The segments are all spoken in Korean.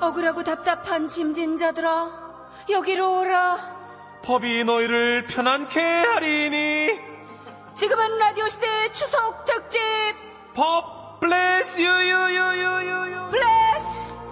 억울하고 답답한 짐진자들아, 여기로 오라. 법이 너희를 편안케 하리니 지금은 라디오 시대 추석 특집 법 bless you you you you you you 블레스!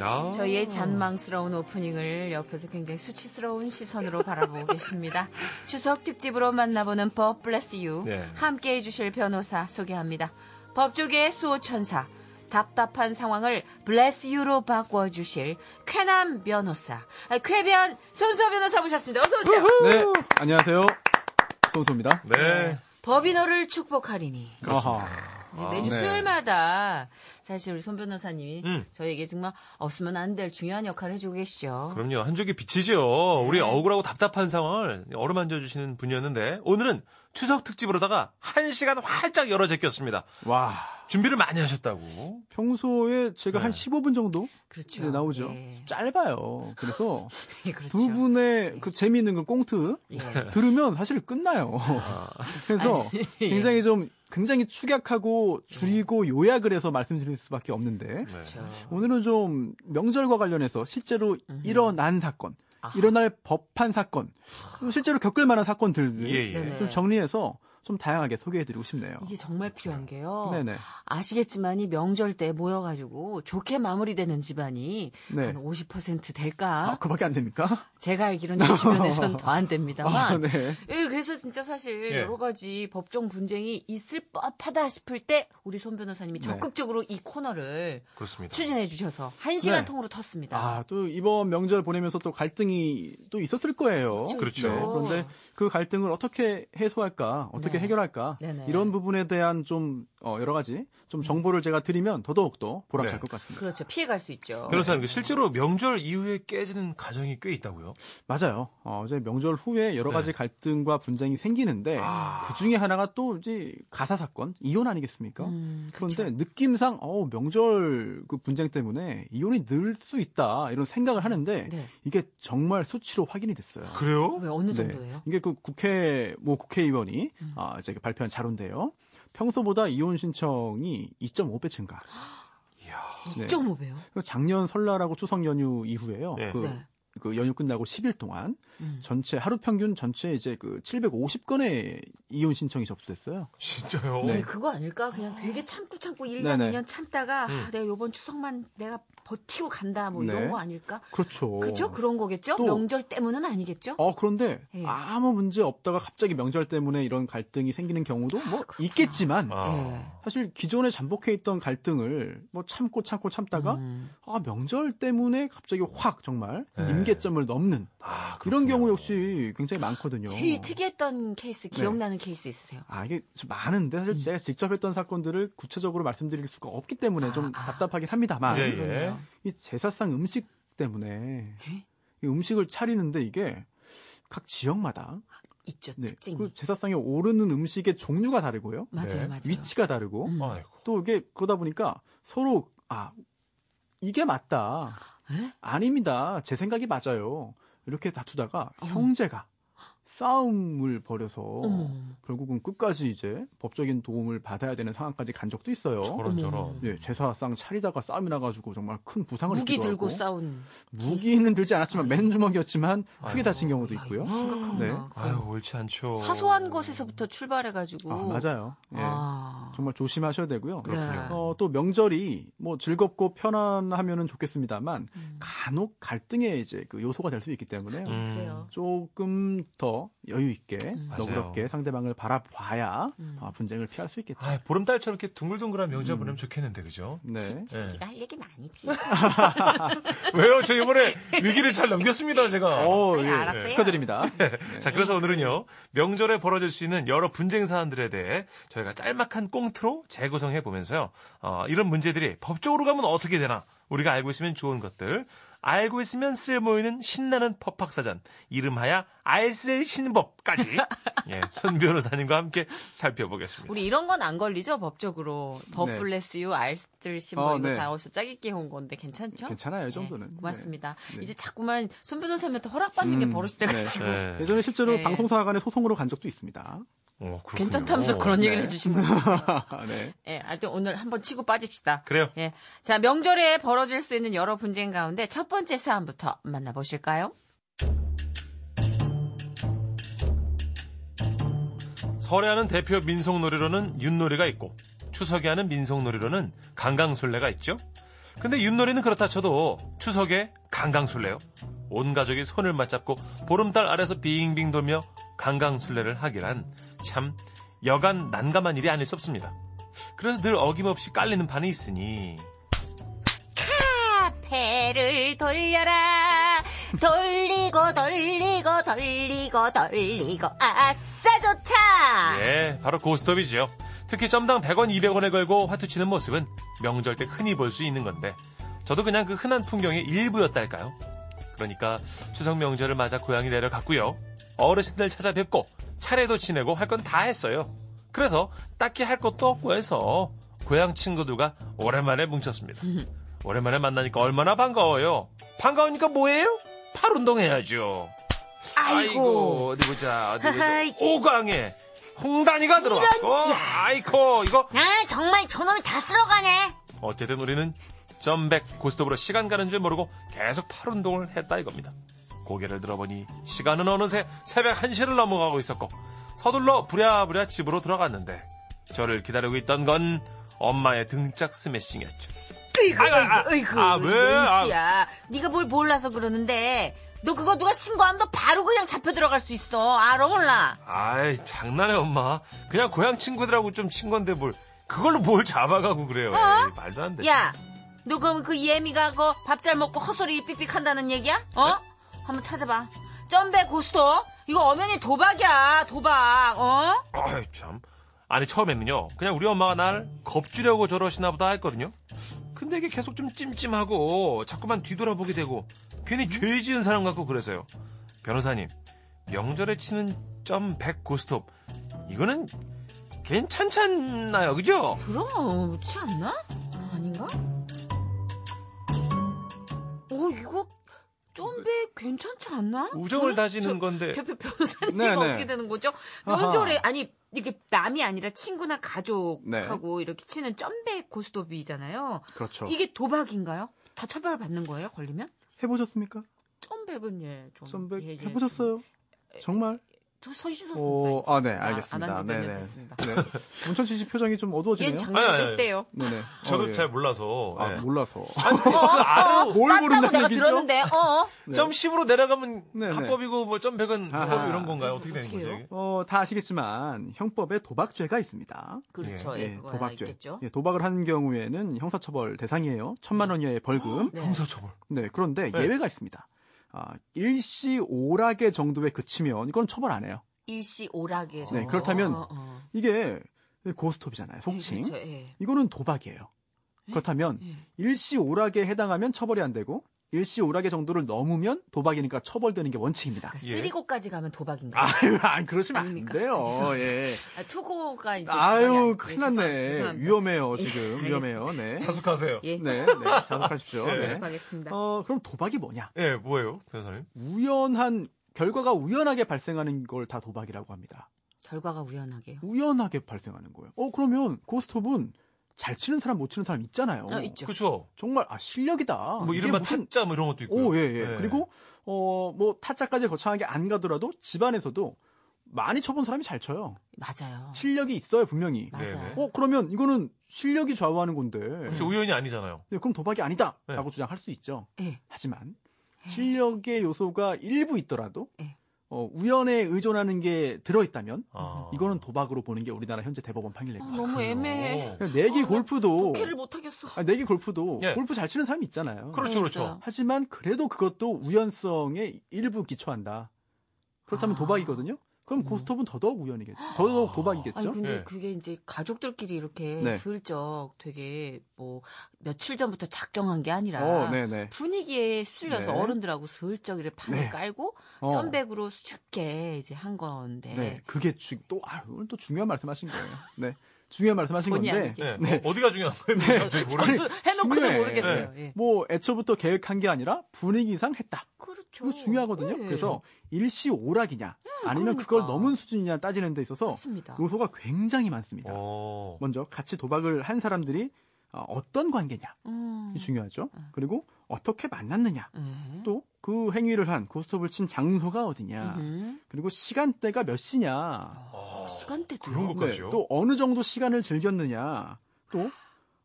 아, 저희의 잔망스러운 오프닝을 옆에서 굉장히 수치스러운 시선으로 바라보고 계십니다. 추석 특집으로 만나보는 법 블레스 유 네. 함께 해주실 변호사 소개합니다. 법조계의 수호천사 답답한 상황을 블레스 유로 바꿔주실 쾌남 변호사 아, 쾌변 손수호 변호사 모셨습니다. 어서 오세요. 네, 안녕하세요. 손소입니다. 네 법이 너를 축복하리니 아하. 네, 매주 네. 수요일마다 사실 우리 손 변호사님이 음. 저에게 정말 없으면 안 될 중요한 역할을 해주고 계시죠. 그럼요 한 줄기 빛이죠 네. 우리 억울하고 답답한 상황을 어루만져 주시는 분이었는데 오늘은 추석 특집으로다가 한 시간 활짝 열어 제꼈습니다 와. 준비를 많이 하셨다고 네, 평소에 제가 한 15분 정도 네. 그렇죠. 네, 나오죠. 예. 짧아요. 그래서 예, 그렇죠. 두 분의 그 재미있는 그 꽁트 예. 아. 들으면 사실 끝나요. 그래서 예. 굉장히 좀 굉장히 축약하고 줄이고 네. 요약을 해서 말씀드릴 수밖에 없는데 그렇죠. 오늘은 좀 명절과 관련해서 실제로 일어난 사건, 아. 일어날 법한 사건, 실제로 겪을 만한 사건들을 예예 네네. 좀 정리해서 좀 다양하게 소개해드리고 싶네요. 이게 정말 필요한 게요. 그렇죠. 네네. 아시겠지만 이 명절 때 모여가지고 좋게 마무리되는 집안이 네. 한 50% 될까? 아, 그밖에 안 됩니까? 제가 알기로는 제 주변에선 더 안 됩니다만. 아, 네. 예, 그래서 진짜 사실 예. 여러 가지 법정 분쟁이 있을 법하다 싶을 때 우리 손 네. 변호사님이 적극적으로 이 코너를 그렇습니다 추진해 주셔서 한 시간 네. 통으로 텄습니다. 아, 또 이번 명절 보내면서 또 갈등이 또 있었을 거예요. 네. 그렇죠. 그런데 그 갈등을 어떻게 해소할까, 어떻게 네. 해결할까, 네네. 이런 부분에 대한 좀, 어, 여러 가지 좀 정보를 제가 드리면 더더욱더 보람찰 네. 것 같습니다. 그렇죠. 피해갈 수 있죠. 변호사님 실제로 명절 이후에 깨지는 가정이 꽤 있다고요 맞아요. 어, 이제 명절 후에 여러 네. 가지 갈등과 분쟁이 생기는데, 아. 아. 그 중에 하나가 또 이제 가사 사건, 이혼 아니겠습니까? 음, 그런데 느낌상, 어, 명절 그 분쟁 때문에 이혼이 늘 수 있다, 이런 생각을 하는데, 네. 이게 정말 수치로 확인이 됐어요. 그래요 왜 어느 네. 정도예요? 음. 이게 그 국회 뭐 국회의원이 아, 이제 발표한 자료인데요. 평소보다 이혼 신청이 2.5배 증가. 네. 2.5배요. 그리고 작년 설날하고 추석 연휴 이후에요. 네. 그, 네. 그 연휴 끝나고 10일 동안 음. 전체 하루 평균 전체 이제 그 750건의 이혼 신청이 접수됐어요. 진짜요 아니, 그거 아닐까? 그냥 되게 참고 참고 1년, 네. 네네. 음. 2년 참다가 아, 내가 요번 추석만 내가 버티고 간다 뭐 이런 네. 거 아닐까? 그렇죠. 그죠? 그런 거겠죠? 또- 명절 때문은 아니겠죠? 어 그런데 예. 아무 문제 없다가 갑자기 명절 때문에 이런 갈등이 생기는 경우도 아, 뭐 있겠지만 네. 아, 사실 기존에 잠복해 있던 갈등을 뭐 참고 참고 참다가 음. 아 명절 때문에 갑자기 확 정말 네. 임계점을 넘는 아 이런 그렇군요. 경우 역시 굉장히 많거든요. 제일 특이했던 네. 케이스 기억나는 케이스 있으세요? 아 이게 좀 많은데 음. 사실 제가 직접 했던 사건들을 구체적으로 말씀드릴 수가 없기 아, 때문에 좀 답답하긴 합니다만 예, 예. 그러네요. 예? 이 제사상 음식 때문에 이 음식을 차리는데 이게 각 지역마다 있죠 네, 아, 특징. 그 제사상에 오르는 음식의 종류가 다르고요, 맞아요, 네. 맞아요. 음. 위치가 다르고 아이고 또 이게 그러다 보니까 서로 아 이게 맞다 에? 아닙니다 제 생각이 맞아요 이렇게 다투다가 형제가 싸움을 벌여서 결국은 끝까지 이제 법적인 도움을 받아야 되는 상황까지 간 적도 있어요. 저런 저런 예, 제사상 차리다가 싸움이 나가지고 정말 큰 부상을 무기 입기도 들고 하고 싸운 무기는 들지 아, 네. 않았지만 맨 주먹이었지만 크게 다친 경우도 있고요. 네. 심각하구나. 아유 옳지 않죠 그 사소한 것에서부터 출발해가지고. 아, 맞아요. 예. 아. 네. 정말 조심하셔야 되고요. 그렇군요. 어, 또 명절이 뭐 즐겁고 편안하면은 좋겠습니다만 음. 간혹 갈등의 이제 그 요소가 될 수 있기 때문에 음. 그래요. 조금 더 여유 있게 음. 맞아요. 너그럽게 상대방을 바라봐야 아, 분쟁을 피할 수 있겠죠. 아, 보름달처럼 이렇게 둥글둥글한 명절 음. 보내면 좋겠는데, 그죠? 네. 어, 예. 네가 할 얘기는 아니지. 왜요? 저 이번에 위기를 잘 넘겼습니다, 제가. 어, 네, 예. 알았어요. 네. 축하드립니다. 자, 그래서 오늘은요, 명절에 벌어질 수 있는 여러 분쟁 사안들에 대해 저희가 짤막한 꽁트로 재구성해 보면서요, 어, 이런 문제들이 법적으로 가면 어떻게 되나, 우리가 알고 있으면 좋은 것들, 알고 있으면 쓸모있는 신나는 법학사전, 이름하야 알쓸 신법까지, 예, 손 변호사님과 함께 살펴보겠습니다. 우리 이런 건 안 걸리죠 법적으로 법 네. 블레스유 알뜰 신보 어, 뭐 이거 네. 다 어디서 짜깁기 해온 건데 괜찮죠? 괜찮아요, 이 네, 정도는. 고맙습니다. 네. 이제 자꾸만 손 변호사님한테 허락받는 게 버릇이 네. 돼가지고 예. 예전에 실제로 네. 방송사 간의 소송으로 간 적도 있습니다. 어, 그렇군요. 괜찮다면서 네. 그런 얘기를 해주신 분. 아, 네. 예, 하여튼 오늘 한번 치고 빠집시다. 그래요. 예. 자, 명절에 벌어질 수 있는 여러 분쟁 가운데 첫 번째 사안부터 만나보실까요? 설에 하는 대표 민속놀이로는 윷놀이가 있고 추석에 하는 민속놀이로는 강강술래가 있죠. 근데 윷놀이는 그렇다 쳐도 추석에 강강술래요. 온 가족이 손을 맞잡고 보름달 아래서 빙빙 돌며 강강술래를 하기란 참 여간 난감한 일이 아닐 수 없습니다. 그래서 늘 어김없이 깔리는 판이 있으니 배를 돌려라 돌리고 돌리고 돌리고 돌리고 아싸 좋다 예, 바로 고스톱이죠. 특히 점당 100원, 200원에 걸고 화투치는 모습은 명절 때 흔히 볼 수 있는 건데 저도 그냥 그 흔한 풍경의 일부였달까요? 그러니까 추석 명절을 맞아 고향이 내려갔고요. 어르신들 찾아뵙고 차례도 지내고 할 건 다 했어요. 그래서 딱히 할 것도 없고 해서 고향 친구들과 오랜만에 뭉쳤습니다. 오랜만에 만나니까 얼마나 반가워요. 반가우니까 뭐예요? 팔 운동해야죠. 아이고 어디 보자 어디 보자 하하이. 오광에 홍단이가 들어왔고 아이코 이거 아 정말 저놈이 다 쓸어가네 어쨌든 우리는 점백 고스톱으로 시간 가는 줄 모르고 계속 팔 운동을 했다 이겁니다 고개를 들어보니 시간은 어느새 새벽 1시를 넘어가고 있었고 서둘러 부랴부랴 집으로 들어갔는데 저를 기다리고 있던 건 엄마의 등짝 스매싱이었죠 으이구, 아이고, 아, 으이구, 아, 왜? 아. 야 네가 뭘 몰라서 그러는데 너 그거 누가 신고하면 너 바로 그냥 잡혀 들어갈 수 있어. 알아 몰라. 아이 장난해 엄마 그냥 고향 친구들하고 좀 친 건데 뭘 그걸로 뭘 잡아가고 그래요 에이, 말도 안돼 어? 야, 너 그럼 그 예미가 그 밥 잘 먹고 헛소리 삑삑 한다는 얘기야? 네. 어? 한번 찾아봐. 점배 고스톱. 이거 엄연히 도박이야. 도박. 어? 아이 참. 아니 처음에는요. 그냥 우리 엄마가 날 겁주려고 저러시나 보다 했거든요. 근데 이게 계속 좀 찜찜하고 자꾸만 뒤돌아보게 되고 괜히 죄 지은 사람 같고 그래서요. 변호사님. 명절에 치는 점 100 고스톱. 이거는 괜찮잖아요. 그죠? 그럼 그렇지 않나? 아, 아닌가? 어 이거 점배 괜찮지 않나? 그 우정을 저는- 다지는 저- 건데. 표- 표- 변호사님 네, 이거 네. 어떻게 되는 거죠? 아하. 명절에 아니 이게 남이 아니라 친구나 네. 가족하고 이렇게 치는 점배 고스톱이잖아요. 그렇죠. 이게 도박인가요? 다 처벌받는 거예요? 걸리면? 해보셨습니까? 점백은 예, 좀 선배 예, 예, 해보셨어요? 정말? 저손 씻었습니다. 어, 이제. 아, 네, 아, 알겠습니다. 안한지 네, 몇년 네. 됐습니다. 네. 문천 씨 표정이 좀 어두워지네요. 예, 아니, 아니, 작년에 아니. 때요. 네네. 어, 예. 몰라서. 네. 그 아, 몰라서. 어? 어, 알아요. 뭘 땄다고 모른다는 내가 얘기죠? 들었는데, 어? 네. 점 10으로 내려가면 네네. 합법이고 뭐점 100은 아하. 불법 이런 건가요? 어떻게 되는 어떻게 거죠? 해요? 이게? 어, 다 아시겠지만 형법에 도박죄가 있습니다. 그렇죠. 예, 그거 하나 있겠죠. 예, 도박을 한 경우에는 형사처벌 대상이에요. 천만 원 이하의 벌금. 네. 형사처벌. 네, 그런데 네. 예외가 있습니다. 아, 일시 오락의 정도에 그치면 이건 처벌 안 해요. 일시 오락에. 네, 그렇다면 어, 어. 이게 고스톱이잖아요. 예, 속칭. 그렇죠. 예. 이거는 도박이에요. 그렇다면 예. 일시 오락에 해당하면 처벌이 안 되고 일시 오락의 정도를 넘으면 도박이니까 처벌되는 게 원칙입니다. 그러니까 예. 쓰리고까지 가면 도박인가? 아, 아유, 안 그러시면 안 아닙니까? 돼요. 죄송합니다. 예. 아, 투고가 이제. 아유, 그게 큰일 아니- 예, 났네. 죄송합니다. 위험해요, 지금. 예, 위험해요. 네. 자숙하세요. 예. 네, 네. 자석하십시오. 네. 계속하겠습니다. 어, 그럼 도박이 뭐냐? 예, 뭐예요? 변호사님? 우연한 결과가 우연하게 발생하는 걸 다 도박이라고 합니다. 결과가 우연하게요. 우연하게 발생하는 거예요. 어, 그러면 고스톱은 잘 치는 사람 못 치는 사람 있잖아요. 어, 있죠. 그렇죠. 정말 아 실력이다. 뭐 이게 이른바 무슨- 타짜 뭐 이런 것도 네. 있고. 오, 예, 네. 예. 그리고 어 뭐 타짜까지 거창하게 안 가더라도 집안에서도 많이 쳐본 사람이 잘 쳐요. 맞아요. 실력이 있어요 분명히. 맞아요. 네, 네. 어 그러면 이거는 실력이 좌우하는 건데 혹시 우연이 아니잖아요. 네, 그럼 도박이 네. 아니다라고 주장할 수 있죠. 예. 하지만 실력의 요소가 일부 있더라도 예. 어, 우연에 의존하는 게 들어있다면 아. 이거는 도박으로 보는 게 우리나라 현재 대법원 어, 판결입니다. 너무 애매해. 어. 그냥 내기 아, 나 골프도 포켓을 못하겠어. 아, 내기 골프도 예. 골프 잘 치는 사람이 있잖아요. 그렇죠, 그렇죠. 있어요. 하지만 그래도 그것도 우연성에 일부 기초한다. 그렇다면 아. 도박이거든요. 그럼 고스톱은 더더욱 우연이겠죠. 더더욱 도박이겠죠. 아니 근데 예. 그게 이제 가족들끼리 이렇게 네. 슬쩍 되게 뭐 며칠 전부터 작정한 게 아니라 어, 네네. 분위기에 수려서 네. 어른들하고 슬쩍 이렇게 판을 네. 깔고 어. 점백으로 수줍게 이제 한 건데 네, 그게 주, 또 아, 오늘 또 중요한 말씀하신 거예요. 네, 중요한 말씀하신 본의 건데 아니게. 예. 어, 디가 중요한 네. 거예요? 저도 해놓고는 중요해. 네. 모르겠어요. 예. 뭐 애초부터 계획한 게 아니라 분위기상 했다. 그렇죠. 그렇죠. 이거 중요하거든요. 네. 그래서 일시 오락이냐 아니면 그러니까. 그걸 넘은 수준이냐 따지는 데 있어서 맞습니다. 요소가 굉장히 많습니다. 어. 먼저 같이 도박을 한 사람들이 어, 어떤 관계냐 음. 이 중요하죠. 그리고 어떻게 만났느냐 네. 또 그 행위를 한 고스톱을 친 장소가 어디냐 음. 그리고 시간대가 몇 어, 시냐 시간대도 그런 네, 것까지요. 또 어느 정도 시간을 즐겼느냐, 또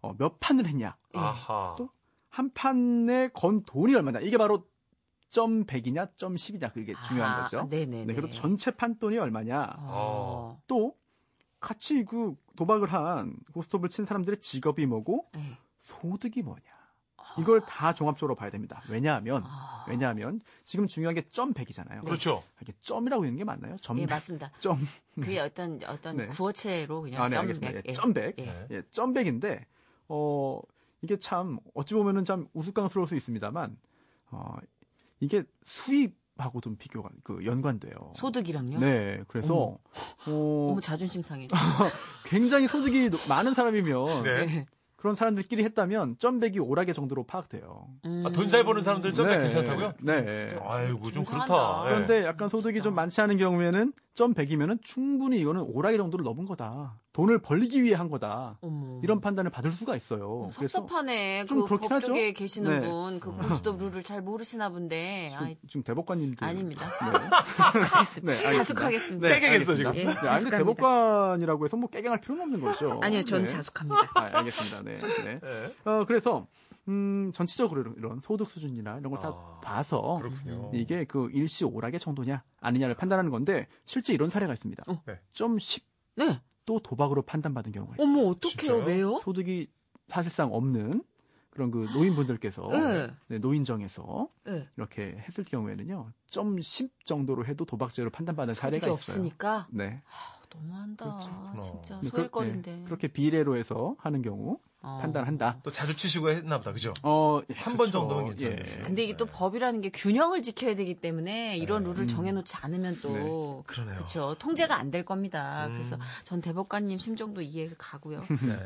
어, 몇 판을 했냐, 네. 아하. 또 한 판에 건 돈이 얼마냐. 이게 바로 점 100이냐, 점 10이냐 그게 중요한 아, 거죠. 네네네. 그리고 전체 판 돈이 얼마냐. 어. 또 같이 그 도박을 한 고스톱을 친 사람들의 직업이 뭐고 네. 소득이 뭐냐. 이걸 다 종합적으로 봐야 됩니다. 왜냐하면 아. 왜냐하면 지금 중요한 게 점 100이잖아요. 그렇죠. 이게 점이라고 있는 게 맞나요? 점 예, 100. 맞습니다. 점 그게 어떤 어떤 네. 구어체로 그냥 아, 네, 점 알겠습니다. 백, 예, 예. 점백. 예. 네. 예, 점백인데, 어, 이게 참, 어찌 보면은 참 우스꽝스러울 수 있습니다만, 어, 이게 수입하고 좀 비교가, 그, 연관돼요. 소득이랑요? 네, 그래서, 어, 너무 자존심 상해. 굉장히 소득이 노- 많은 사람이면, 네. 예. 그런 사람들끼리 했다면, 점백이 오락의 정도로 파악돼요. 음. 아, 돈잘 버는 사람들 점백 네, 괜찮다고요? 네. 진짜. 아이고 좀 중상하다. 그렇다. 예. 그런데 약간 소득이 진짜. 좀 많지 않은 경우에는, 점백이면은 충분히 이거는 오락의 정도를 넘은 거다. 돈을 벌기 위해 한 거다. 어머. 뭐 이런 판단을 받을 수가 있어요. 그래서 섭섭하네. 좀 그 그렇긴 법 쪽에 하죠. 계시는 네. 분, 그 고스톱 룰을 잘 모르시나 본데. 지금, 아이, 지금 대법관님들 아닙니다. 네. 자숙하겠습니다. 네, 알겠습니다. 자숙하겠습니다. 네. 깨갱했어, 지금. 알겠습니다. 예, 네, 아니, 자숙합니다. 대법관이라고 해서 뭐 깨갱할 필요는 없는 거죠. 아니요, 전 네. 자숙합니다. 아, 알겠습니다. 네. 네. 예. 어, 그래서 음, 전체적으로 이런- 이런 소득 수준이나 이런 걸뭐 다 아, 봐서 그렇군요. 이게 그 일시 오락의 정도냐 아니냐를 판단하는 건데 실제 이런 사례가 있습니다. 어. 네. 좀 10도 네. 도박으로 판단받은 경우가 있어요. 어머, 어떡해요, 진짜요? 왜요? 소득이 사실상 없는 그런 그 노인분들께서 네. 네, 노인정에서 네. 이렇게 했을 경우에는 요 점 10 정도로 해도 도박죄로 판단받은 네, 사례가 소득이 있어요. 없으니까. 아, 네. 너무한다. 아, 그렇구나. 진짜 네, 소일거리인데. 그, 렇게 비례로 해서 하는 경우 어. 판단한다. 또 자주 치시고 했나 보다. 그죠? 어, 예, 한 번 그렇죠. 정도는 괜찮아요. 예. 근데 이게 또 법이라는 게 균형을 지켜야 되기 때문에 네. 이런 음. 룰을 정해놓지 않으면 또 그러네요. 그렇죠 통제가 안 될 겁니다. 음. 그래서 전 대법관님 심정도 이해가 가고요. 네.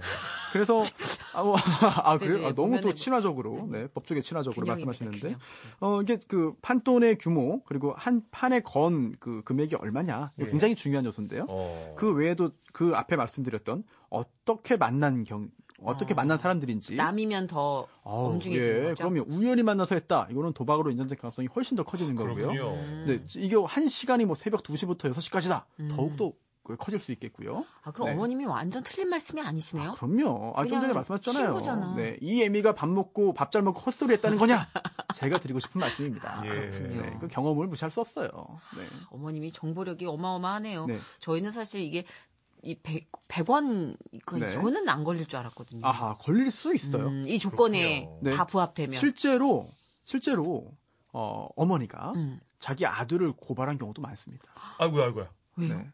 그래서 아, 뭐, 아 그래 네네, 요 너무 보면은 뭐. 또 친화적으로 네, 법조계 친화적으로 균형입니다, 말씀하시는데 균형. 네. 어 이게 그 판돈의 규모 그리고 한 판에 건 그 금액이 얼마냐 이거 예. 굉장히 중요한 요소인데요. 어. 그 외에도 그 앞에 말씀드렸던 어떻게 만난 경 어떻게 어. 만난 사람들인지 남이면 더 아우, 엄중해지는 예, 거죠. 그러면 우연히 만나서 했다. 이거는 도박으로 인정될 가능성이 훨씬 더 커지는 거고요. 그렇군요. 음. 네, 이게 한 시간이 뭐 새벽 2시부터 6시까지다. 더욱더 그 커질 수 있겠고요. 아 그럼 네. 어머님이 완전 틀린 말씀이 아니시네요. 그럼요. 아, 좀 전에 그냥 말씀하셨잖아요. 친구잖아. 네, 이 애미가 밥 먹고 밥 잘 먹고 헛소리 했다는 거냐? 제가 드리고 싶은 말씀입니다. 예. 그렇군요. 네, 그 경험을 무시할 수 없어요. 네. 어머님이 정보력이 어마어마하네요. 네. 저희는 사실 이게 이 100, 100원 그 네. 이거는 안 걸릴 줄 알았거든요. 아하, 걸릴 수 있어요. 음, 이 조건에 그렇군요. 다 네. 부합되면 실제로 실제로 어, 어머니가 음. 자기 아들을 고발한 경우도 많습니다. 아이고야, 아이고야. 왜요? 네.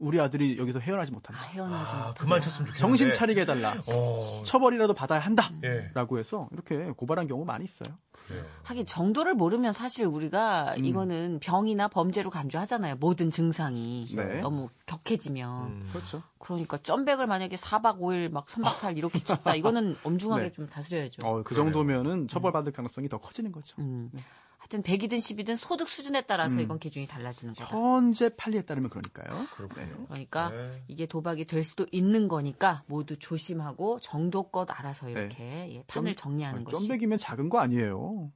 우리 아들이 여기서 아, 헤어나지 네. 못한다. 헤어나지 아, 못하면 그만 쳤으면 좋겠는데. 정신 차리게 해달라. 어, 처벌이라도 받아야 한다. 예. 라고 해서 이렇게 고발한 경우 많이 있어요. 그래요. 하긴 정도를 모르면 사실 우리가 음. 이거는 병이나 범죄로 간주하잖아요. 모든 증상이 네. 너무 격해지면. 음. 그렇죠. 그러니까 점백을 만약에 4박 5일 막 3박 4일 이렇게 쳤다. 이거는 엄중하게 네. 좀 다스려야죠. 어, 그 그러네요. 정도면은 처벌받을 가능성이 더 커지는 거죠. 음. 하여튼 100이든 10이든 소득 수준에 따라서 이건 기준이 달라지는 거다. 현재 판례에 따르면 그러니까요. 그렇군요. 그러니까 네. 이게 도박이 될 수도 있는 거니까 모두 조심하고 정도껏 알아서 이렇게 예, 판을 정리하는 것이 점백이면 작은 거 아니에요.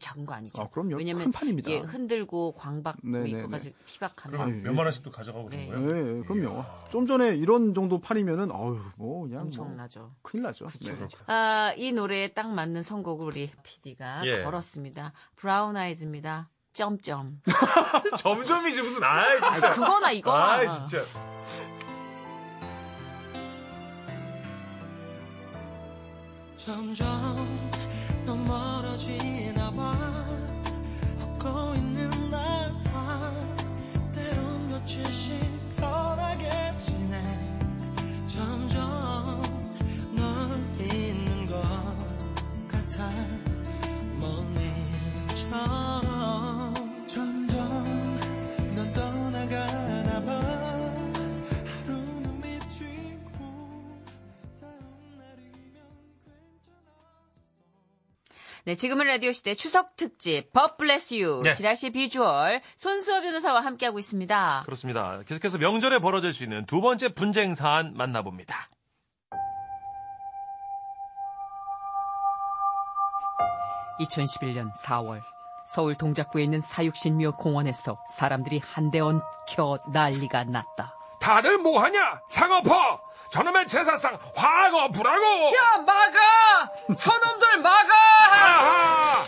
작은 거 아니죠. 아, 그럼요. 왜냐면 큰 판입니다. 이게 예, 흔들고 광박 뭐 네네네. 이거까지 피박하면 그럼 아유, 몇만 원씩 또 가져가고 네. 그런 예, 거예요? 예, 그럼요. 좀 전에 이런 정도 판이면은 어휴, 뭐 그냥 뭐 엄청나죠. 큰일 나죠. 네. 아, 이 노래에 딱 맞는 선곡을 우리 PD가 예. 걸었습니다. 브라운 아이즈입니다. 점점. 점점이지 무슨 아이 아, 진짜. 그거나 이거나. 아이 진짜. 점점 너 멀어지나 봐 웃고 있는 날봐 때론 며칠씩 편하게 지내 점점 널 잊는 것 같아 먼일처럼 점점 넌 떠나가나 봐 하루는 미치고 다음 날이면 괜찮아 네, 지금은 라디오 시대 추석 특집 법 블레스 유 네. 지라시 비주얼 손수호 변호사와 함께하고 있습니다. 그렇습니다. 계속해서 명절에 벌어질 수 있는 두 번째 분쟁 사안 만나봅니다. 서울 동작구에 있는 사육신묘 공원에서 사람들이 한대 얹혀 난리가 났다. 다들 뭐하냐? 상어퍼! 저놈의 제사상 화거 부라고! 야 막아! 저놈들 막아! 아하!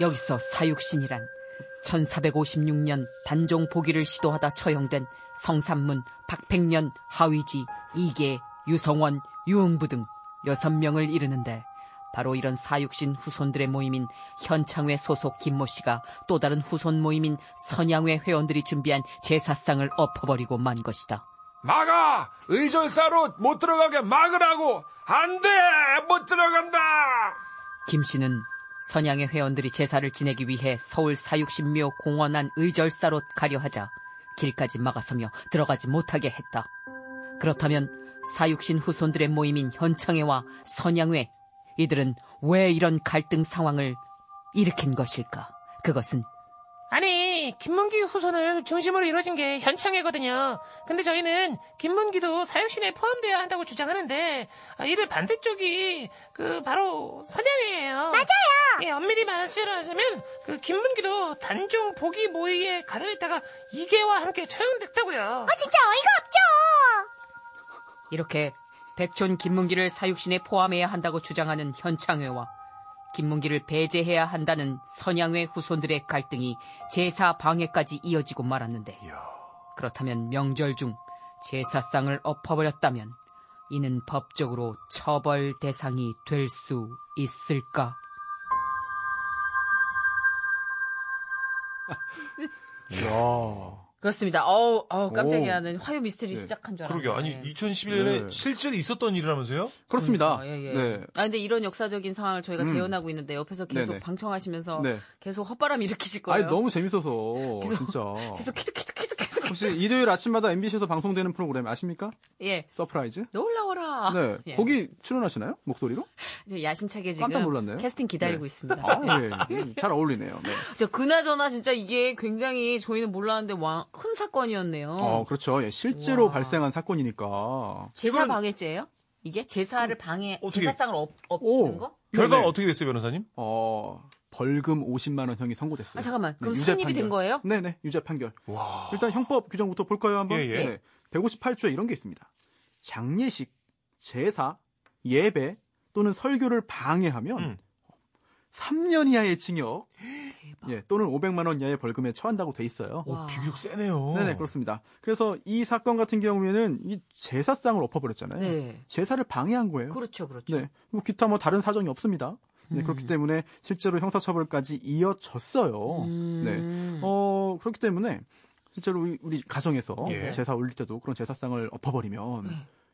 여기서 사육신이란 1456년 단종 포기를 시도하다 처형된 성삼문, 박백년, 하위지, 이계, 유성원, 유흥부 등 6명을 이르는데 바로 이런 사육신 후손들의 모임인 현창회 소속 김모 씨가 또 다른 후손 모임인 선양회 회원들이 준비한 제사상을 엎어버리고 만 것이다. 막아! 의절사로 못 들어가게 막으라고! 안 돼! 못 들어간다! 김 씨는 선양의 회원들이 제사를 지내기 위해 서울 사육신묘 공원안 의절사로 가려 하자 길까지 막아서며 들어가지 못하게 했다. 그렇다면 사육신 후손들의 모임인 현창회와 선양회 이들은 왜 이런 갈등 상황을 일으킨 것일까? 그것은 아니 김문기 후손을 중심으로 이루어진 게 현창회거든요. 근데 저희는 김문기도 사육신에 포함되어야 한다고 주장하는데 아, 이를 반대쪽이 그 바로 선양이에요. 맞아요. 예, 엄밀히 말하자면 그 김문기도 단종 보기 모의에 가려있다가 이계와 함께 처형됐다고요. 진짜 어이가 없죠. 이렇게 백촌 김문기를 사육신에 포함해야 한다고 주장하는 현창회와 김문기를 배제해야 한다는 선양회 후손들의 갈등이 제사 방해까지 이어지고 말았는데 그렇다면 명절 중 제사상을 엎어버렸다면 이는 법적으로 처벌 대상이 될 수 있을까? 야. 그렇습니다. 어우, 어우 깜짝이야. 오. 나는 화요 미스터리 네. 시작한 줄 알았네. 그러게요. 아니 2011년에 네. 실제로 있었던 일이라면서요? 그렇습니다. 아, 예, 예. 네. 아, 근데 이런 역사적인 상황을 저희가 음. 재현하고 있는데 옆에서 계속 네네. 방청하시면서 네. 계속 헛바람 일으키실 거예요. 아니 너무 재밌어서 진짜. 계속 키득키득키득키득. 혹시 일요일 아침마다 MBC에서 방송되는 프로그램 아십니까? 예. 서프라이즈? 놀라워라. 네. 예. 거기 출연하시나요? 목소리로? 저 야심차게 지금 깜짝 놀랐네요. 캐스팅 기다리고 네. 있습니다. 아, 예. 음, 잘 어울리네요. 네. 저 그나저나 진짜 이게 굉장히 저희는 몰랐는데 왕- 큰 사건이었네요. 어, 그렇죠. 예, 실제로 발생한 사건이니까. 제사 이건- 방해죄예요? 이게 제사를 방해 어떻게- 제사상을 엎, 그, 오. 엎는 거? 결과가 네. 어떻게 됐어요, 변호사님? 어, 벌금 50만 원 형이 선고됐어요. 네, 아, 잠깐만. 그럼 유죄 성립이 된 거예요? 네, 네. 유죄 판결. 일단 형법 규정부터 볼까요, 한번? 예, 예. 네. 158조에 이런 게 있습니다. 장례식, 제사, 예배 또는 설교를 방해하면 음. 3년 이하의 징역 예, 또는 500만 원 이하의 벌금에 처한다고 돼 있어요. 오, 비교적 세네요. 네네 그렇습니다. 그래서 이 사건 같은 경우에는 이 제사상을 엎어버렸잖아요. 네. 제사를 방해한 거예요. 그렇죠, 그렇죠. 음. 네, 뭐 기타 뭐 다른 사정이 없습니다. 네, 그렇기 때문에 실제로 형사처벌까지 이어졌어요. 음. 음. 네, 어 그렇기 때문에 실제로 우리, 우리 가정에서 예. 제사 올릴 때도 그런 제사상을 엎어버리면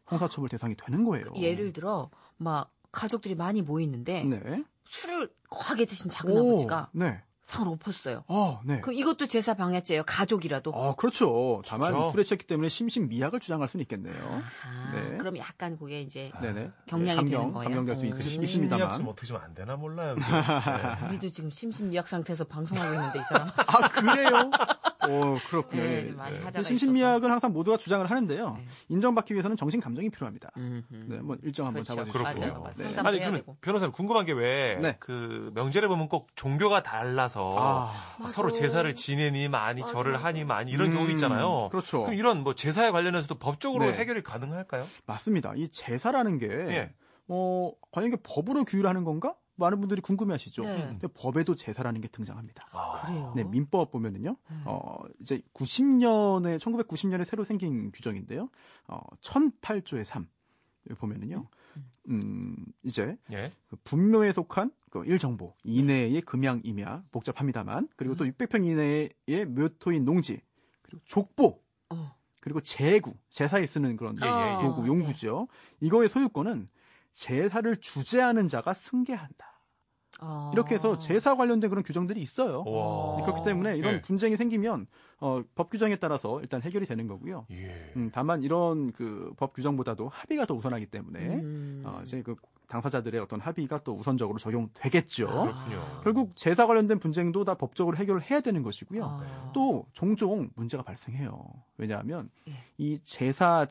형사처벌 대상이 되는 거예요. 네. 그 예를 들어 막 가족들이 많이 모이는데 네, 술을 과하게 드신 작은 오, 아버지가 네, 상을 엎었어요. 어, 네. 그럼 이것도 제사 방해죄예요. 가족이라도. 아, 그렇죠. 다만 그렇죠. 술에 취했기 때문에 심신미약을 주장할 수는 있겠네요. 아, 네. 그럼 약간 그게 이제 아. 네네. 경량이 감경, 되는 거예요? 감경될 수 어. 있, 그 있습니다만. 심리학좀 뭐 어떻게 좀 안 되나 몰라요. 이게. 네. 우리도 지금 심신미약 상태에서 방송하고 있는데 이 사람. 아 그래요? 어 그렇군요. 네, 예. 좀 많이 예. 하자가 심신미약은 항상 모두가 주장을 하는데요. 네. 인정받기 위해서는 정신 감정이 필요합니다. 음, 음. 네, 뭐 일정 한번 그렇죠. 잡아주시고요. 맞아요, 맞아요. 네. 상담- 아니 해야 그러면 되고. 변호사님 궁금한 게 왜 네. 그 명절에 보면 꼭 종교가 달라서 아. 서로 맞아. 제사를 지내니 많이 맞아, 절을 맞아. 하니 어, 많이 이런 경우도 음, 있잖아요. 그렇죠. 럼 이런 뭐 제사에 관련해서도 법적으로 네. 해결이 가능할까요? 맞습니다. 이 제사라는 게 예. 어, 과연 이게 법으로 규율하는 건가? 많은 분들이 궁금해하시죠. 네. 근데 법에도 제사라는 게 등장합니다. 그래요. 네, 민법 보면은요. 어, 이제 90년에 1990년에 새로 생긴 규정인데요. 어, 1008조의 3. 여기 보면은요. 음, 이제 예. 그 분묘에 속한 그 1정보 이내의 금양 임야 복잡합니다만 그리고 음. 또 600평 이내의 묘토인 농지 그리고 족보 어. 그리고 재구 제사에 쓰는 그런 예, 예, 예. 도구 용구죠 이거의 소유권은 제사를 주재하는 자가 승계한다 어. 이렇게 아. 해서 제사 관련된 그런 규정들이 있어요 와. 그렇기 때문에 이런 예. 분쟁이 생기면 어, 법 규정에 따라서 일단 해결이 되는 거고요 예. 음, 다만 이런 그 법 규정보다도 합의가 더 우선하기 때문에 음. 어, 이제 그 당사자들의 어떤 합의가 또 우선적으로 아, 적용되겠죠. 그렇군요. 결국 제사 관련된 분쟁도 다 법적으로 해결을 해야 되는 것이고요. 아. 또 종종 문제가 발생해요. 왜냐하면 예. 이 제사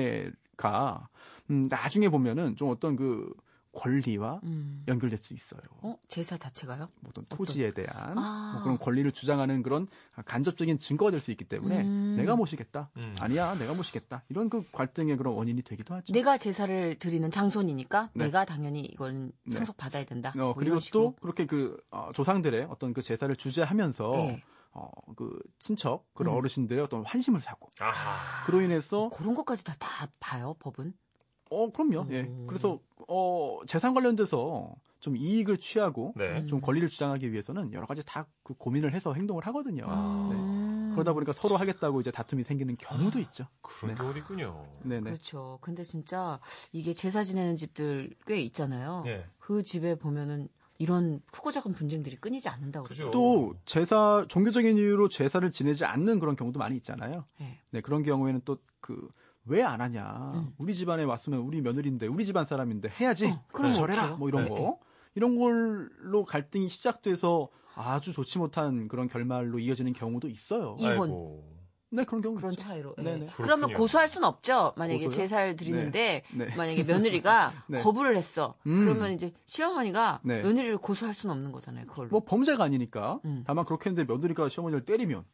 자체가 음, 나중에 보면은 좀 어떤 그 권리와 음. 연결될 수 있어요. 어? 제사 자체가요? 뭐 어떤 토지에 대한 아. 뭐 그런 권리를 주장하는 그런 간접적인 증거가 될 수 있기 때문에 음. 내가 모시겠다. 음. 아니야, 내가 모시겠다. 이런 그 갈등의 그런 원인이 되기도 하죠. 내가 제사를 드리는 장손이니까 네. 내가 당연히 이건 네. 상속 받아야 된다. 어, 뭐 그리고 이런 식으로. 또 그렇게 그 어, 조상들의 어떤 그 제사를 주재하면서 예. 어, 그 친척 그런 음. 어르신들의 어떤 환심을 사고 아하. 그로 인해서 그런 것까지 다, 다 봐요 법은. 어 그럼요. 예. 음. 그래서 어 재산 관련돼서 좀 이익을 취하고 네. 음. 좀 권리를 주장하기 위해서는 여러 가지 다 그 고민을 해서 행동을 하거든요. 아. 네. 그러다 보니까 서로 하겠다고 이제 다툼이 생기는 경우도 있죠. 아, 그런 네. 요리군요. 네네. 그렇죠. 근데 진짜 이게 제사 지내는 집들 꽤 있잖아요. 네. 예. 그 집에 보면은 이런 크고 작은 분쟁들이 끊이지 않는다고. 그죠. 또 제사 종교적인 이유로 제사를 지내지 않는 그런 경우도 많이 있잖아요. 네. 네 그런 경우에는 또 그 왜 안 하냐? 음. 우리 집안에 왔으면 우리 며느리인데 우리 집안 사람인데 해야지. 어, 그럼 절해라. 어떡해요? 뭐 이런 네. 거 이런 걸로 갈등이 시작돼서 아주 좋지 못한 그런 결말로 이어지는 경우도 있어요. 이혼. 아이고. 네 그런 경우 그런 있죠. 차이로. 예. 네네. 그러면 그렇군요. 고소할 순 없죠. 만약에 고소요? 제사를 드리는데 네. 네. 만약에 며느리가 네. 거부를 했어. 음. 그러면 이제 시어머니가 네. 며느리를 고소할 수는 없는 거잖아요. 그걸로. 뭐 범죄가 아니니까. 음. 아. 다만 그렇게 했는데 며느리가 시어머니를 때리면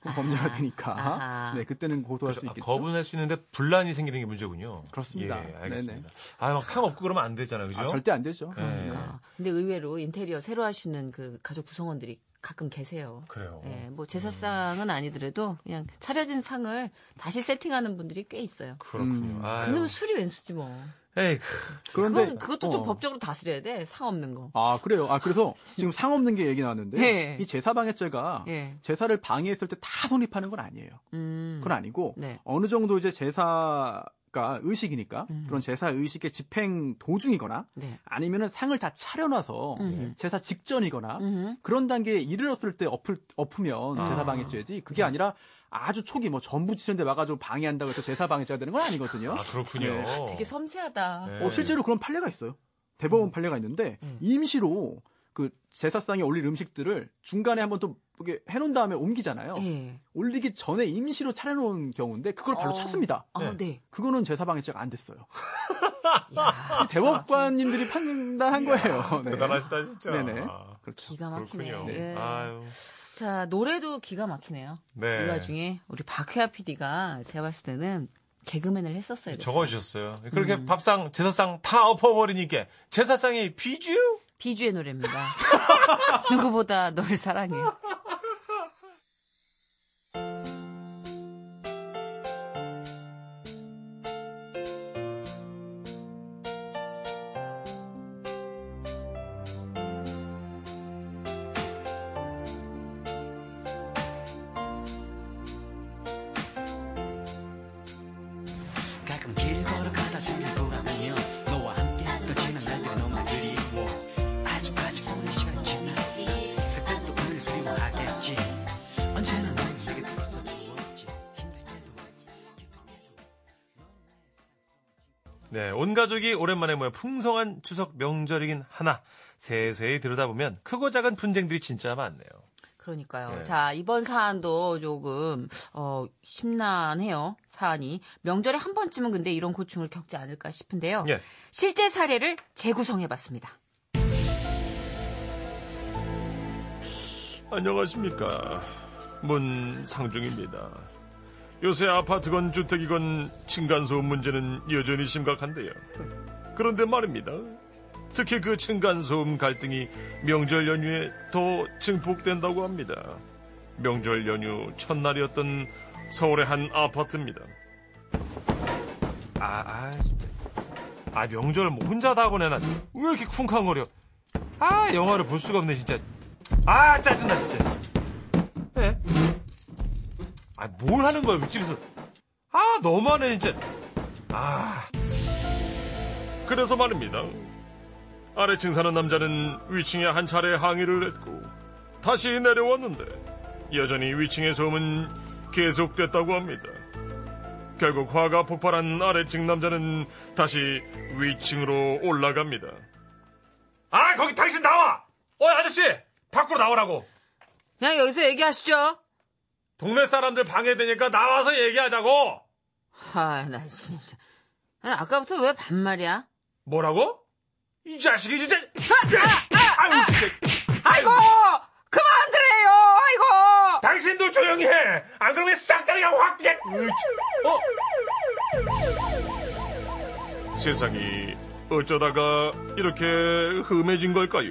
그건 범죄가 되니까. 아하. 네 그때는 고소할 그렇죠. 수 아, 있겠죠. 겁은 할 수 있는데 분란이 생기는 게 문제군요. 그렇습니다. 예, 알겠습니다. 아, 막 상 없고 그러면 안 되잖아요. 그죠? 아, 절대 안 되죠. 네. 그러니까. 아, 근데 의외로 인테리어 새로 하시는 그 가족 구성원들이 가끔 계세요. 그래요. 예, 뭐 제사상은 아니더라도 그냥 차려진 상을 다시 세팅하는 분들이 꽤 있어요. 그렇군요. 음. 아유. 그놈의 술이 웬수지 뭐. 에이, 그런데 그건 그것도 좀 어. 법적으로 다스려야 돼. 상 없는 거. 아 그래요. 아 그래서 지금 상 없는 게 얘기 나왔는데 예. 이 제사 방해죄가 예. 제사를 방해했을 때 다 성립하는 건 아니에요. 음. 그건 아니고 네. 어느 정도 이제 제사가 의식이니까 음. 그런 제사 의식의 집행 도중이거나 네. 아니면은 상을 다 차려놔서 음. 제사 직전이거나 음. 그런 단계에 이르렀을 때 엎을, 엎으면 아. 제사 방해죄지 그게 아니라 아주 초기 뭐 전부 치는데 와가지고 방해한다고 해서 제사 방해죄가 되는 건 아니거든요. 아, 그렇군요. 네. 되게 섬세하다. 네. 어, 실제로 그런 판례가 있어요. 대법원 판례가 있는데 음. 임시로 그 제사상에 올릴 음식들을 중간에 한번 또 이렇게 해놓은 다음에 옮기잖아요. 예. 올리기 전에 임시로 차려놓은 경우인데 그걸 바로 어. 찾습니다. 아, 네. 그거는 제사방해죄가 안 됐어요. 야, 대법관님들이 판단한 거예요. 네. 대단하시다, 진짜. 네네. 아, 그렇죠. 기가 막히네. 그렇군요. 예. 아유. 자, 노래도 기가 막히네요. 네. 이 와중에 우리 박혜아 PD가 제가 봤을 때는 개그맨을 했었어요. 적어주셨어요. 그렇게 밥상, 제사상 다 엎어버리니까 제사상이 비주? 비주의 노래입니다. 누구보다 널 사랑해. 가끔 길 걸어가다 생각 돌아보면 너와 함께 했던 지난 날들이 너무 그리워 아주 아주 오랜 시간이 지나 그때 또 우릴 그리워하겠지 언제나 넌 내게 있어 주었지 힘들 때도 기쁠 때도 네, 온 가족이 오랜만에 모여 풍성한 추석 명절이긴 하나 세세히 들여다보면 크고 작은 분쟁들이 진짜 많네요. 그러니까요. 예. 자, 이번 사안도 조금, 어, 심란해요. 사안이. 명절에 한 번쯤은 근데 이런 고충을 겪지 않을까 싶은데요. 예. 실제 사례를 재구성해 봤습니다. 안녕하십니까. 문상중입니다. 요새 아파트건 주택이건 층간소음 문제는 여전히 심각한데요. 그런데 말입니다. 특히 그 층간소음 갈등이 명절 연휴에 더 증폭된다고 합니다. 명절 연휴 첫날이었던 서울의 한 아파트입니다. 아, 아, 진짜. 아, 명절 뭐 혼자 다 하고 내나. 왜 이렇게 쿵쾅거려? 아, 영화를 볼 수가 없네, 진짜. 아 짜증나 진짜. 네. 아뭘 하는 거야 윗집에서. 아 너무하네 진짜. 아. 그래서 말입니다. 아래층 사는 남자는 위층에 한 차례 항의를 했고 다시 내려왔는데 여전히 위층의 소음은 계속됐다고 합니다. 결국 화가 폭발한 아래층 남자는 다시 위층으로 올라갑니다. 아, 거기 당신 나와! 어, 아저씨! 밖으로 나오라고! 그냥 여기서 얘기하시죠. 동네 사람들 방해되니까 나와서 얘기하자고! 아, 나 진짜. 아니, 아까부터 왜 반말이야? 뭐라고? 이 자식이 진짜! 아유, 진짜. 아이고! 그만 들어요! 아이고! 당신도 조용히 해! 안 그러면 싹다 그냥 확, 그냥! 어? 세상이 어쩌다가 이렇게 흠해진 걸까요?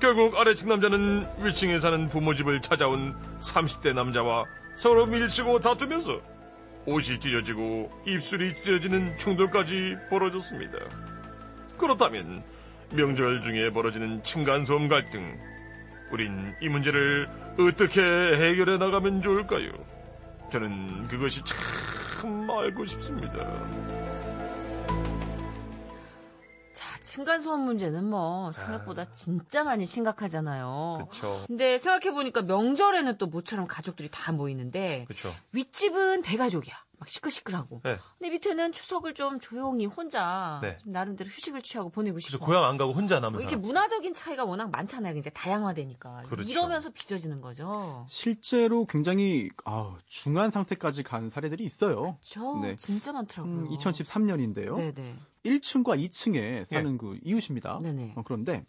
결국 아래층 남자는 위층에 사는 부모 집을 찾아온 30대 남자와 서로 밀치고 다투면서 옷이 찢어지고 입술이 찢어지는 충돌까지 벌어졌습니다. 그렇다면 명절 중에 벌어지는 층간소음 갈등, 우린 이 문제를 어떻게 해결해 나가면 좋을까요? 저는 그것이 참 알고 싶습니다. 자, 층간소음 문제는 뭐, 생각보다 진짜 많이 심각하잖아요. 아. 그쵸. 근데 생각해보니까 명절에는 또 모처럼 가족들이 다 모이는데, 그쵸. 윗집은 대가족이야. 막 시끌시끌하고. 네. 근데 밑에는 추석을 좀 조용히 혼자 네. 좀 나름대로 휴식을 취하고 보내고 그래서 싶어. 고향 안 가고 혼자 남은 이렇게 사람. 문화적인 차이가 워낙 많잖아요. 이제 다양화되니까. 그렇죠. 이러면서 빚어지는 거죠. 실제로 굉장히 아, 중한 상태까지 간 사례들이 있어요. 저 네. 진짜 많더라고요. 음, 그렇죠. 2013년인데요. 네네. 네. 1층과 2층에 사는 그 아, 이웃입니다. 네네. 어, 그런데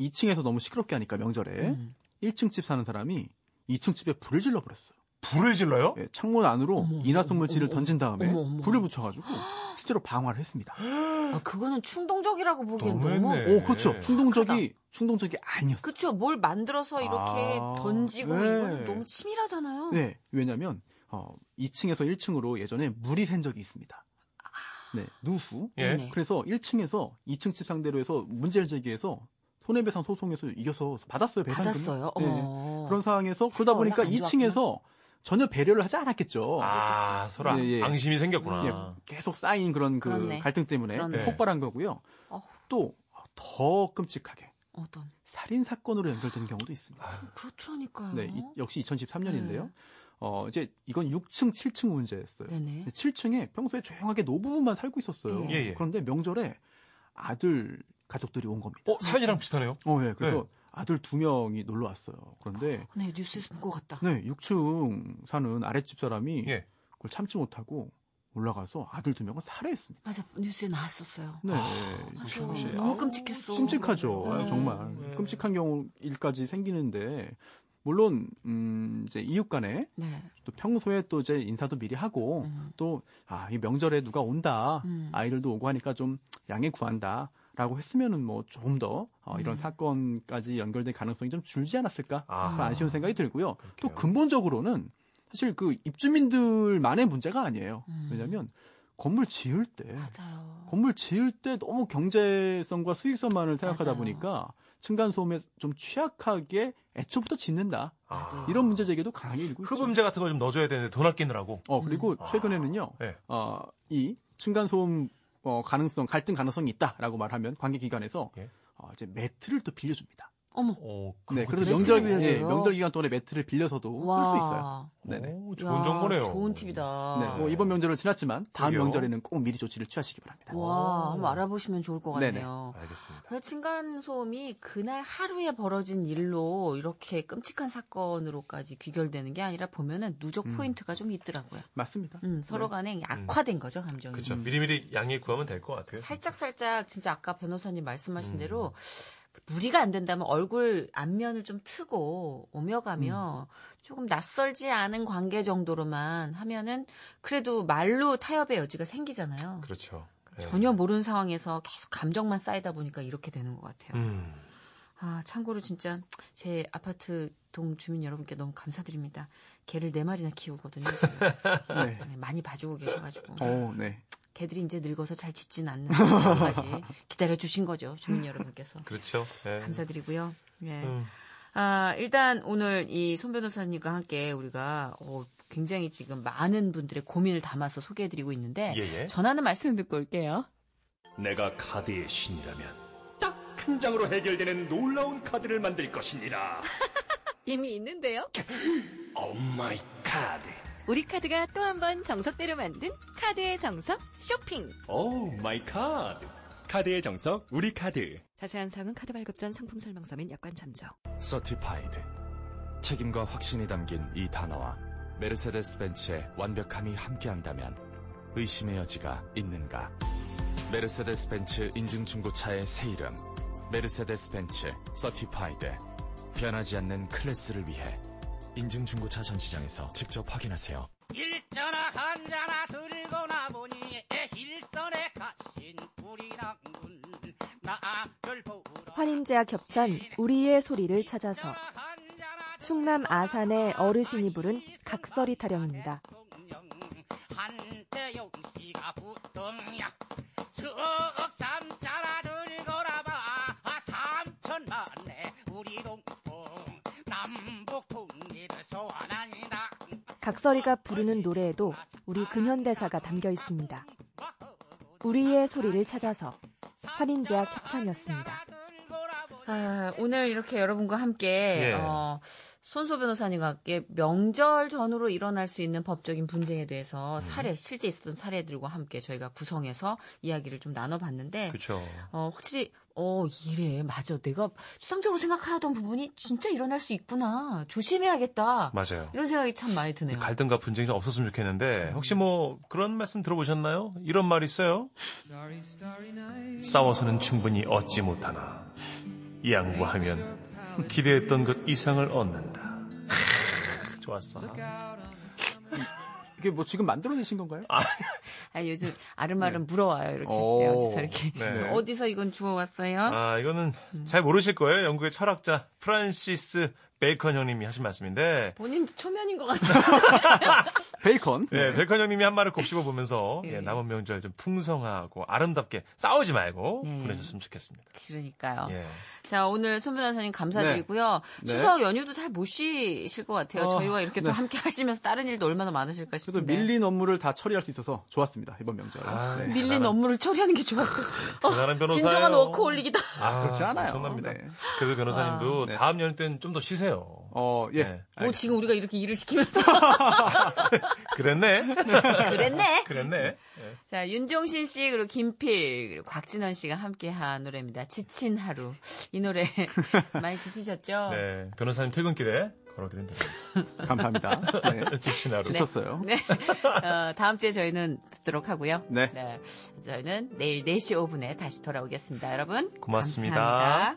2층에서 너무 시끄럽게 하니까 명절에 음. 1층 집 사는 사람이 2층 집에 불을 질러 버렸어요. 불을 질러요? 예, 창문 안으로 어머, 인화성물질을 어머, 던진 다음에 어머, 어머. 불을 붙여가지고 실제로 방화를 했습니다. 아, 그거는 충동적이라고 보기엔 너무. 너무했네. 오, 그렇죠. 충동적이 착하다. 충동적이 아니었어요. 그쵸. 뭘 만들어서 이렇게 아, 던지고 네. 이거는 너무 치밀하잖아요. 네, 왜냐하면 어, 2층에서 1층으로 예전에 물이 샌 적이 있습니다. 네, 누수. 예. 네. 그래서 1층에서 2층 집 상대로 해서 문제를 제기해서 손해배상 소송에서 이겨서 받았어요 배상금. 받았어요. 네. 어. 그런 상황에서 그러다 보니까 올라간 줄 2층에서 전혀 배려를 하지 뭐 않았겠죠. 아, 서로 예, 예. 앙심이 예, 생겼구나. 계속 쌓인 그런 그 그렇네. 갈등 때문에 그렇네. 폭발한 거고요. 어후. 또 더 끔찍하게 어떤. 뭐 살인 사건으로 연결된 경우도 있습니다. 아, 그렇더라니까요. 네, 이- 역시 2013년인데요. 네. 어, 이제 이건 6층, 7층 문제였어요. 네네. 7층에 평소에 조용하게 노부부만 살고 있었어요. 예, 예. 그런데 명절에 아들 가족들이 온 겁니다. 어, 사연이랑 비슷하네요. 어, 예. 그래서 아들 두 명이 놀러 왔어요. 그런데 네, 뉴스에서 본 것 같다. 네, 6층 사는 아랫집 사람이 예. 그걸 참지 못하고 올라가서 아들 두 명을 살해했습니다. 맞아. 뉴스에 나왔었어요. 네. 맞아. 무시- 너무 끔찍했어. 끔찍하죠. 네. 정말 네. 끔찍한 경우 일까지 생기는데 물론 음, 이제 이웃 간에 네. 또 평소에 또 이제 인사도 미리 하고 음. 또 아, 이 명절에 누가 온다. 음. 아이들도 오고 하니까 좀 양해 구한다. 라고 했으면은 뭐 조금 더 어, 이런 음. 사건까지 연결될 가능성이 좀 줄지 않았을까 아. 그런 아쉬운 생각이 들고요. 또 그렇게요. 근본적으로는 사실 그 입주민들만의 문제가 아니에요. 음. 왜냐하면 건물 지을 때 맞아요. 건물 지을 때 너무 경제성과 수익성만을 생각하다 맞아요. 보니까 층간 소음에 좀 취약하게 애초부터 짓는다 맞아요. 그 이런 문제 제기도 강하게 일고 있죠. 흡음제 같은 걸 좀 넣어줘야 되는데 돈 아끼느라고. 어 음. 그리고 최근에는요. 아, 네. 어, 이 층간 소음 어, 가능성 갈등 가능성이 있다라고 말하면 관계 기관에서 예. 어, 이제 매트를 또 빌려줍니다. 어머. 어, 네, 아, 그거 그래서 매트를 명절 빌려줘요? 예, 명절 기간 동안에 매트를 빌려서도 쓸 수 있어요. 와. 네네. 오, 좋은 야, 정보네요. 좋은 팁이다. 네, 뭐 이번 명절은 지났지만 다음 그래요? 명절에는 꼭 미리 조치를 취하시기 바랍니다. 와, 한번 알아보시면 좋을 것 네. 네네. 같네요. 알겠습니다. 그 층간 소음이 그날 하루에 벌어진 일로 이렇게 끔찍한 사건으로까지 귀결되는 게 아니라 보면은 누적 음. 포인트가 좀 있더라고요. 맞습니다. 음, 서로 간에 악화된 거죠, 감정이. 네. 그렇죠. 미리미리 양해 구하면 될 것 같아요. 음. 살짝 살짝 진짜 아까 변호사님 음. 말씀하신 대로 그 무리가 안 된다면 얼굴 안면을 좀 트고 오며 가며 음. 조금 낯설지 않은 관계 정도로만 하면은 그래도 말로 타협의 여지가 생기잖아요. 그렇죠. 예. 전혀 모르는 상황에서 계속 감정만 쌓이다 보니까 이렇게 되는 것 같아요. 음. 아, 참고로 진짜 제 아파트 동 주민 여러분께 너무 감사드립니다. 개를 네 마리나 키우거든요. 제가. 네. 네, 많이 봐주고 계셔가지고 오, 네. 개들이 이제 늙어서 잘 짖진 않는 까지 기다려 주신 거죠, 주민 여러분께서. 그렇죠. 예. 감사드리고요. 네. 음. 아, 일단 오늘 이 손 변호사님과 함께 우리가 어, 굉장히 지금 많은 분들의 고민을 담아서 소개해드리고 있는데 예, 예. 전하는 말씀을 듣고 올게요. 내가 카드의 신이라면 딱 한 장으로 해결되는 놀라운 카드를 만들 것이니라. 이미 있는데요. 오 마이 카드. 우리 카드가 또 한 번 정석대로 만든 카드의 정석 쇼핑. Oh 오 마이 카드. 카드의 정석 우리 카드. 자세한 사항은 카드 발급 전 상품 설명서 및 약관 참조. 서티파이드 책임과 확신이 담긴 이 단어와 메르세데스 벤츠의 완벽함이 함께한다면 의심의 여지가 있는가 메르세데스 벤츠 인증 중고차의 새 이름 메르세데스 벤츠 서티파이드 변하지 않는 클래스를 위해 인증 중고차 전시장에서 직접 확인하세요 일전아 한자나 들고나 보니 일선에 가신 우리 낭군 나를 보러 환인제와 겹찬 우리의 소리를 찾아서 충남 아산의 어르신이 부른 각설이 타령입니다. 한때 용씨가 부동야 석삼자나 들고나 봐 삼천만에 우리 동풍 남북 통일을 소환한다 각설이가 부르는 노래에도 우리 근현대사가 담겨 있습니다. 우리의 소리를 찾아서 환인제와 캡찬이었습니다. 아, 오늘 이렇게 여러분과 함께 예. 어, 손소 변호사님과 함께 명절 전후로 일어날 수 있는 법적인 분쟁에 음. 대해서 사례 실제 있었던 사례들과 함께 저희가 구성해서 이야기를 좀 나눠봤는데 그렇죠. 어, 확실히 어 이래 맞아 내가 추상적으로 생각하던 부분이 진짜 일어날 수 있구나 조심해야겠다 맞아요. 이런 생각이 참 많이 드네요. 갈등과 분쟁이 좀 없었으면 좋겠는데 혹시 뭐 그런 말씀 들어보셨나요? 이런 말 있어요. 싸워서는 충분히 얻지 못하나 양보하면 기대했던 것 이상을 얻는다. 하, 좋았어. 이게 뭐 지금 만들어내신 건가요? 아, 요즘 아름아름 물어와요 이렇게 네. 오. 여기서 이렇게 네. 그래서 어디서 이건 주워왔어요? 아 이거는 잘 모르실 거예요. 영국의 철학자 프란시스 베이컨 형님이 하신 말씀인데 본인도 초면인 것 같아. 베이컨. 네, 베이컨 형님이 한 말을 곱씹어 보면서 예, 남은 명절 좀 풍성하고 아름답게 싸우지 말고 보내셨으면 좋겠습니다. 그러니까요. 예. 자, 오늘 손 변호사님 감사드리고요. 네. 추석 연휴도 잘 못 쉬실 것 같아요. 어, 저희와 이렇게 또 네. 함께 하시면서 다른 일도 얼마나 많으실까 그래도 싶은데. 밀린 업무를 다 처리할 수 있어서 좋았습니다 이번 명절. 네. 아, 네. 밀린 업무를 처리하는 게 좋았고. 대단한 변호사예요. 진정한 워크홀릭이다. 뭐 아, 그렇지 않아요. 네. 엄청납니다. 그래도 변호사님도 다음 연휴 때는 좀 더 쉬세요. 네. 어, 예. 뭐 지금 우리가 이렇게 일을 시키면서. 그랬네. 그랬네. 그랬네. 예. 자, 윤종신 씨, 그리고 김필, 그리고 곽진원 씨가 함께 한 노래입니다. 지친 하루. 이 노래 많이 지치셨죠? 네, 변호사님 퇴근길에 걸어드린 노래. 감사합니다. 지친 하루. 네. 네. 어, 다음 주에 저희는 뵙도록 하고요. 네. 네 저희는 내일 4시 5분에 다시 돌아오겠습니다. 여러분. 고맙습니다. 감사합니다.